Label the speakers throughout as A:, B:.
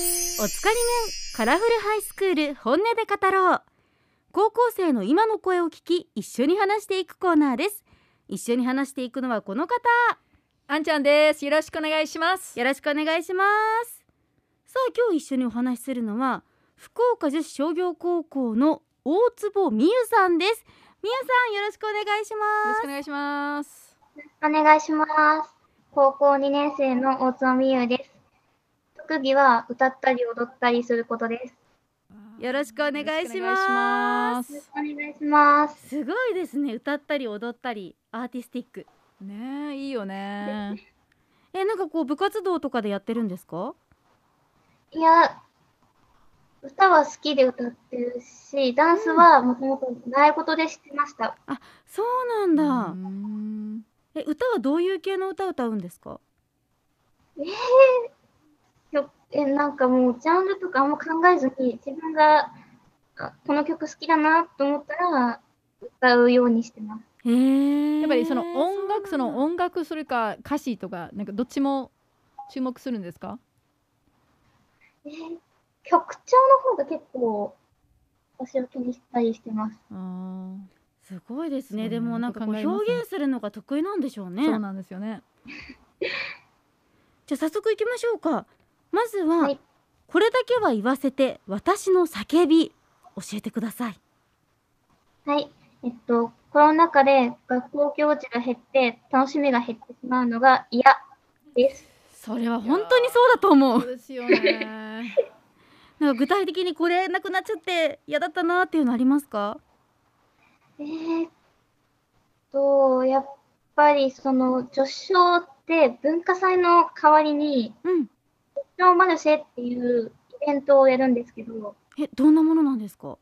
A: カリネンカラフルハイスクール本音で語ろう高校生の今の声を聞き一緒に話していくコーナーです一緒に話していくのはこの方
B: あんちゃんです。よろしくお願いします。
A: よろしくお願いしますさあ今日一緒にお話しするのは福岡女子商業高校の大坪美優さんです美優さんよろしくお願いし
B: よろ
A: ま
B: し
A: す
B: くお願いします。
C: お願いします。高校2年生の大津美優です。特技は歌ったり踊ったりすることです。
A: よろしくお願いします
B: ます。
C: お願いします。
A: すごいですね歌ったり踊ったりアーティスティック
B: ねえ、いいよね。
A: えなんかこう部活動とかでやってるんですか
C: いや、歌は好きで歌ってるし、ダンスはもともと習い事でしてました。
A: そうなんだ、
B: うん
A: え歌はどういう系の歌を歌うんですか
C: よえなんかもうジャンルとかあんま考えずに自分があこの曲好きだなと思ったら歌うようにしてます。
A: へえ
B: やっぱりその音楽、その
A: 音
B: 音楽、それか歌詞とか、なんかどっちも注目するんですか。
C: えー曲調の方が結構私は気にしたりしてます。
B: あー
A: すごいです
B: そ
A: ね
B: う
A: でもなんかこ
B: 考
A: う
B: えますね
A: 表現するのが得意なんでしょうね
B: そうなんですよね。
A: じゃあ早速行きましょうかまずは、
C: はい
A: これだけは言わせて私の叫び教えてください
C: はい。えっと、コロナ禍で学校行事が減って、楽しみが減ってしまうのが嫌です。
A: それは本当にそうだと思う
B: ですよね。
A: なんか具体的にこれなくなっちゃって嫌だったなっていうのありますか
C: えーっと、やっぱりその女子小って文化祭の代わりに、
A: うん
C: 女子マルシェっていうイベントをやるんですけど、
A: えどんなものなんですか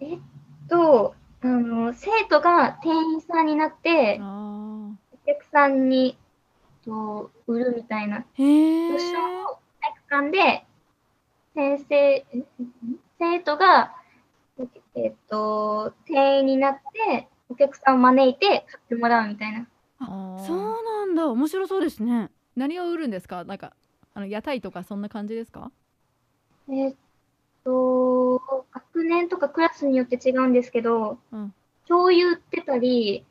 C: えっと、あの、生徒が店員さんになって、
B: ああ。
C: お客さんに、えっと、売るみたいな。
A: へえ
C: 図書体育館で先生ん生徒が、えっと、店員になってお客さんを招いて買ってもらうみたいな
A: あそ
B: そう。
A: うなんだ面白そうですね
B: 何を売るんですか。なんか、あの屋台とか、そんな感じですか。
C: えっと学年とかクラスによって違うんですけど、
B: うん
C: 醤油売ってたり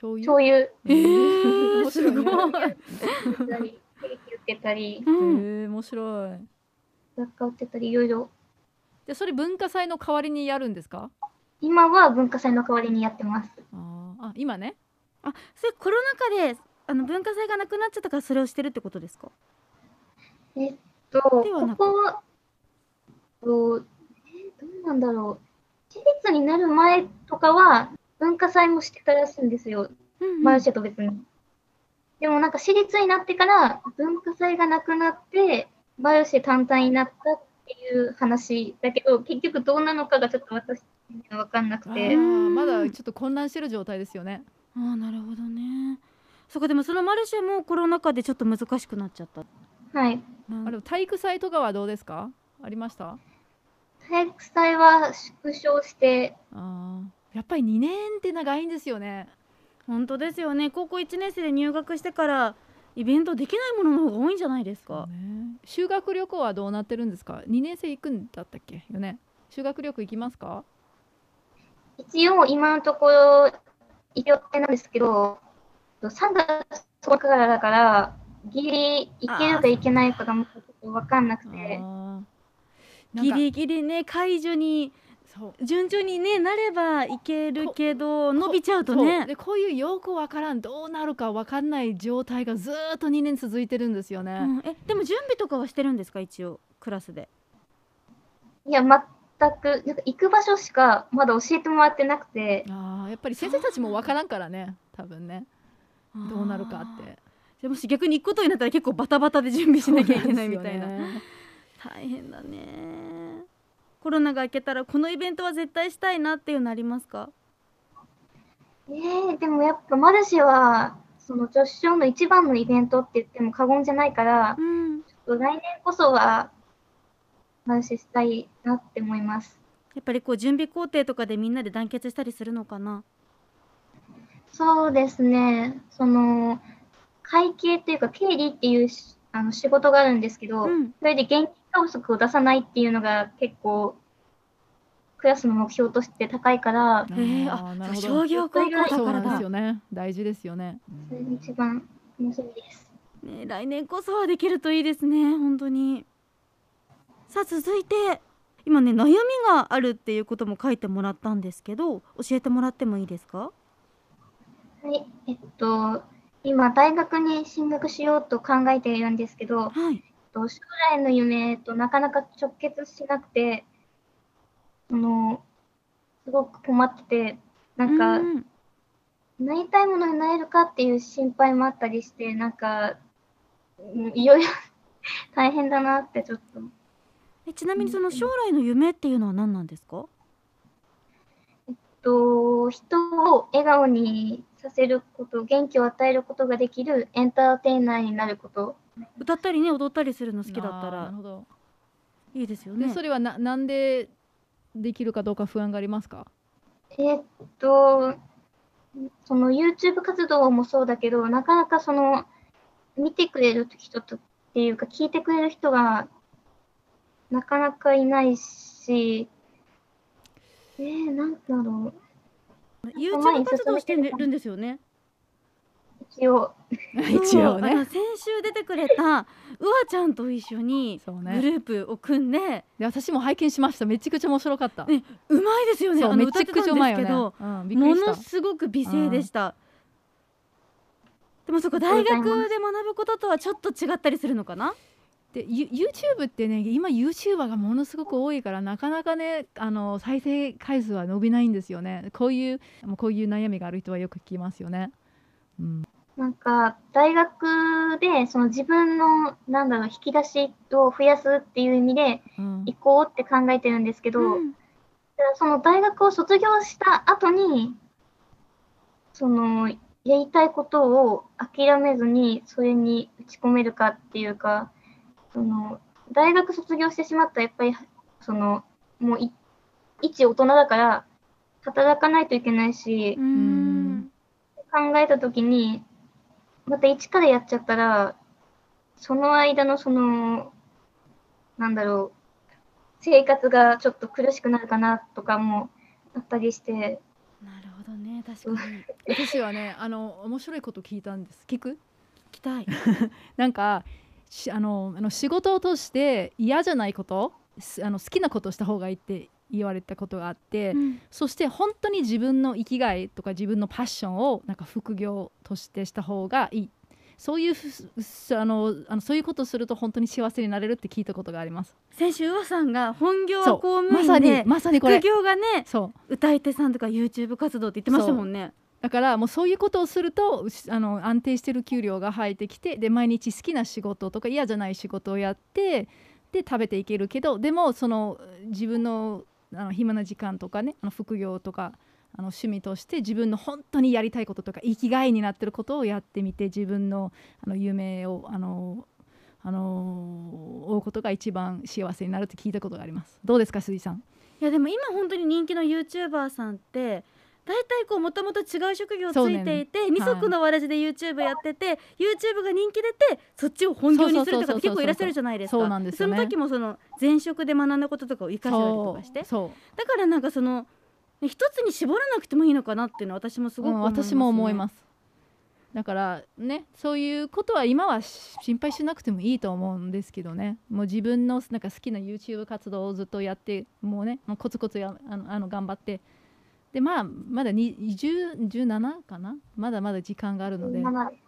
B: 醤油。
C: 醤油
A: えー
B: 面白ね
A: すごい
C: 売ってたりケーキ売ってたり
A: うん、
B: へえ面白い。
C: 雑貨売ってたりいろいろ
B: でそれ文化祭の代わりにやるんですか？
C: 今は文化祭の代わりにやってます。
B: あーあ今ね。
A: あそれコロナ禍であの文化祭がなくなっちゃったからそれをしてるってことですか
C: えっと、
A: ではなく
C: ここは、えっとえーどうなんだろう。私立になる前とかは、文化祭もしてたらしいんですよ。
A: うんうん
C: マルシェと別に。でもなんか私立になってから、文化祭がなくなって、マルシェ単体になったっていう話だけど、結局どうなのかがちょっと私には分かんなく
B: あ
C: て
B: ー。
A: うん
B: まだちょっと混乱してる状態ですよね。
A: あーなるほどねそこでもそのマルシェもコロナ禍でちょっと難しくなっちゃった
C: はい。
A: な
B: あでも体育祭とかはどうですか？ありました？
C: 体育祭は縮小して、
B: あーやっぱり2年って長いんですよね。
A: 本当ですよね高校1年生で入学してからイベントできないものの方が多いんじゃないですか、
B: ね修学旅行はどうなってるんですか？2年生行くんだったっけよね。修学旅行行きますか？
C: 一応今のところ医療系なんですけど3月10日からだからギリいけるかいけないかがもうちょっと分かんなく
B: あ
A: ギ
B: ー
C: て
B: なんか
A: リギリね解除に
B: そう
A: 順調にねなればいけるけど伸びちゃうと
B: そう
A: ね
B: でこういうよくわからんどうなるかわかんない状態がずーっと2年続いてるんですよね。
A: うん、えでも準備とかはしてるんですか一応クラスで
C: いや全くなんか行く場所しかまだ教えてもらってなくて
B: あーやっぱり先生たちもわからんからね多分ねどうなるか
A: あ
B: っ
A: ー
B: て
A: じゃあもし逆に行くことになったら結構バタバタで準備しなきゃいけないみたいな
B: そうなんですよね
A: 大変だねコロナが明けたらこのイベントは絶対したいなっていうのありますか
C: えー、でもやっぱマルシェはその女子賞の一番のイベントって言っても過言じゃないから
A: うん
C: ちょっと来年こそはマルシェしたいなって思います
A: やっぱりこう準備工程とかでみんなで団結したりするのかな
C: そうですね、その会計というか経理っていうしあの仕事があるんですけど、
A: うん
C: それで現金不足を出さないっていうのが結構クラスの目標として高いから
A: えー、あ
B: ーなるほど
A: 商業高校だ
B: そう
A: か
B: な
A: ら
B: んで
A: だ
B: すよね大事ですよね
C: それが一番楽しみです。
A: ね、来年こそはできるといいですね本当にさあ続いて今ね悩みがあるっていうことも書いてもらったんですけど教えてもらってもいいですか
C: はい、えっと、今、大学に進学しようと考えているんですけど、
A: はい
C: えっと将来の夢となかなか直結しなくて、あの、すごく困ってて、なんか、
A: うん
C: なりたいものになれるかっていう心配もあったりして、なんか、うんいよいよ 大変だなってちょっと。
A: えちなみにその将来の夢っていうのは何なんですか
C: と人を笑顔にさせること元気を与えることができるエンターテイナーになること
A: 歌ったりね踊ったりするの好きだった
B: あーなる
A: ら
B: ほど
A: いいですよ
B: で
A: ね
B: それはななんでできるかどうか不安がありま すか
C: えーっとその YouTube 活動もそうだけどなかなかその見てくれる人とっていうか聞いてくれる人がなかなかいないしえー、なんだろう
A: YouTube 活動してるんですよね
C: 一応
B: 一
A: そ
B: 応
A: うあ
B: ね
A: の先週出てくれたうわちゃんと一緒に
B: そう
A: グ
B: ね
A: ループを組んで
B: で私も拝見しましためちゃくちゃ面白かった、
A: ねうまいですよね
B: そ
A: あ
B: う
A: の
B: め
A: 歌っ
B: ち
A: て
B: ゃ
A: た
B: く
A: ん
B: ちゃうまい
A: です
B: よ
A: け
B: ね、
A: ど
B: うん、びっく
A: も
B: りした
A: のすごく美声でした。でもそこ大学で学ぶこととはちょっと違ったりするのかな。
B: でユ YouTube ってね今 YouTuber がものすごく多いからなかなかねあの再生回数は伸びないんですよねこういうもうこういう悩みがある人はよく聞きますよね、うん、
C: なんか大学でその自分のなんだろう引き出しを増やすっていう意味で
B: うん
C: 行こうって考えてるんですけど、
A: ん
C: その大学を卒業した後にそのやりたいことを諦めずにそれに打ち込めるかっていうかその大学卒業してしまったらやっぱりそのもうい一大人だから働かないといけないし、
A: うん
C: 考えた時にまた一からやっちゃったらその間のそのなんだろう生活がちょっと苦しくなるかなとかもあったりして
A: なるほどね、確かに。聞
B: 私はねあの面白いこと聞いたんです聞く
A: きたい。
B: なんかしあのあの仕事を通して嫌じゃないことすあの好きなことをした方がいいって言われたことがあって、そして本当に自分の生きがいとか自分のパッションをなんか副業としてした方がいいそういうふすあのあのそういうことをすると本当に幸せになれるって聞いたことがあります
A: 先週うわさんが本業
B: そう
A: 公務
B: まさ
A: 員
B: に
A: で、
B: まさにこ
A: 副
B: れ
A: 業がね、
B: そう
A: 歌い手さんとか YouTube 活動って言ってましたもんね。
B: だからもうそういうことをするとうしあの安定してる給料が入ってきてで毎日好きな仕事とか嫌じゃない仕事をやってで食べていけるけどでもその自分のあの暇な時間とかねあの副業とかあの趣味として自分の本当にやりたいこととか生きがいになってることをやってみて自分のあの夢をあのあの追うことが一番幸せになるって聞いたことがあります。どうですか鈴井さん
A: いやでも今本当に人気の YouTuber さんって。大体こうもともと違う職業ついていて、二足のわらじで YouTube やってて、YouTube が人気出てそっちを本業にするとかって結構いらっしゃるじゃないですか
B: そうなんですよね
A: その時もその前職で学んだこととかを生かしたりとかして
B: そう
A: だからなんかその一つに絞らなくてもいいのかなっていうのは私もすごく
B: うん
A: 思います、ね
B: 私も思いますすだからねそういうことは今はし心配しなくてもいいと思うんですけどねもう自分のなんか好きな YouTube 活動をずっとやってもうねもうコツコツやあのあの頑張ってでまあまだに10 17かなまだまだ時間があるので、
C: まだ
A: ね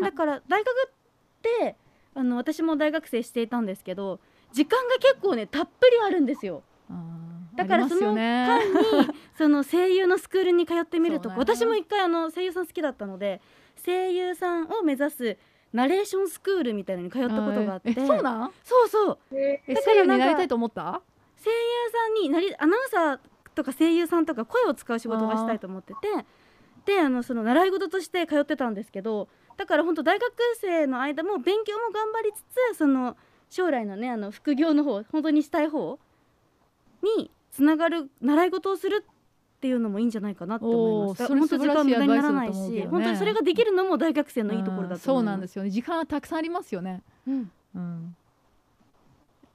B: あ
A: だから大学ってあの私も大学生していたんですけど時間が結構ねたっぷりあるんですよ
B: あー
A: だから
B: ありますよね
A: そその声優のスクールに通ってみるとか、
B: そうね
A: 私も一回あの声優さん好きだったので声優さんを目指すナレーションスクールみたいなのに通ったことがあって
B: えそうなん
A: そうそう
C: え
B: え
A: だか
B: 声
A: ら
B: 優
A: なんか
B: になりたいと思った
A: 声優さんになりアナウンサーとか声優さんとか声を使う仕事がしたいと思っててであのその習い事として通ってたんですけどだから本当大学生の間も勉強も頑張りつつその将来のねあの副業の方本当にしたい方につながる習い事をするっていうのもいいんじゃないかなって思います
B: おーそれ
A: 本当時間無駄にならないし
B: 素晴らしいアドバイスだと思うけどね
A: 本当にそれができるのも大学生のいいところだと思います、、
B: うんそうなんですすよね時間はたくさんありますよねうん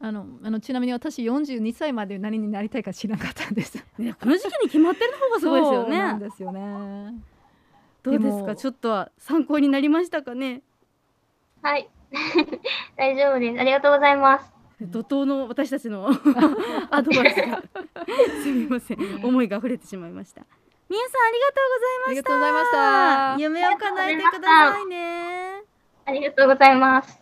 B: あのあのちなみに私42歳まで何になりたいか知らなかったんです。
A: ね、この時期に決まってる方がすごいですよ
B: そうなん
A: ね。
B: ですよね。
A: ど
B: で
A: う
B: も
A: ですか、ちょっとは参考になりましたかね。
C: はい。 大丈夫です。ありがとうございます。
A: 怒涛の私たち のアドバイスがすみません、
C: ね
A: 思いが溢れてしまいましたみやさんあり
B: あり
A: が
B: が
A: と
B: と
A: う
B: う
A: ご
B: ご
A: ざい
B: ざい
A: ま
B: ま
A: し夢
B: したた。
A: を叶えてくださいね
C: ありがとうございます。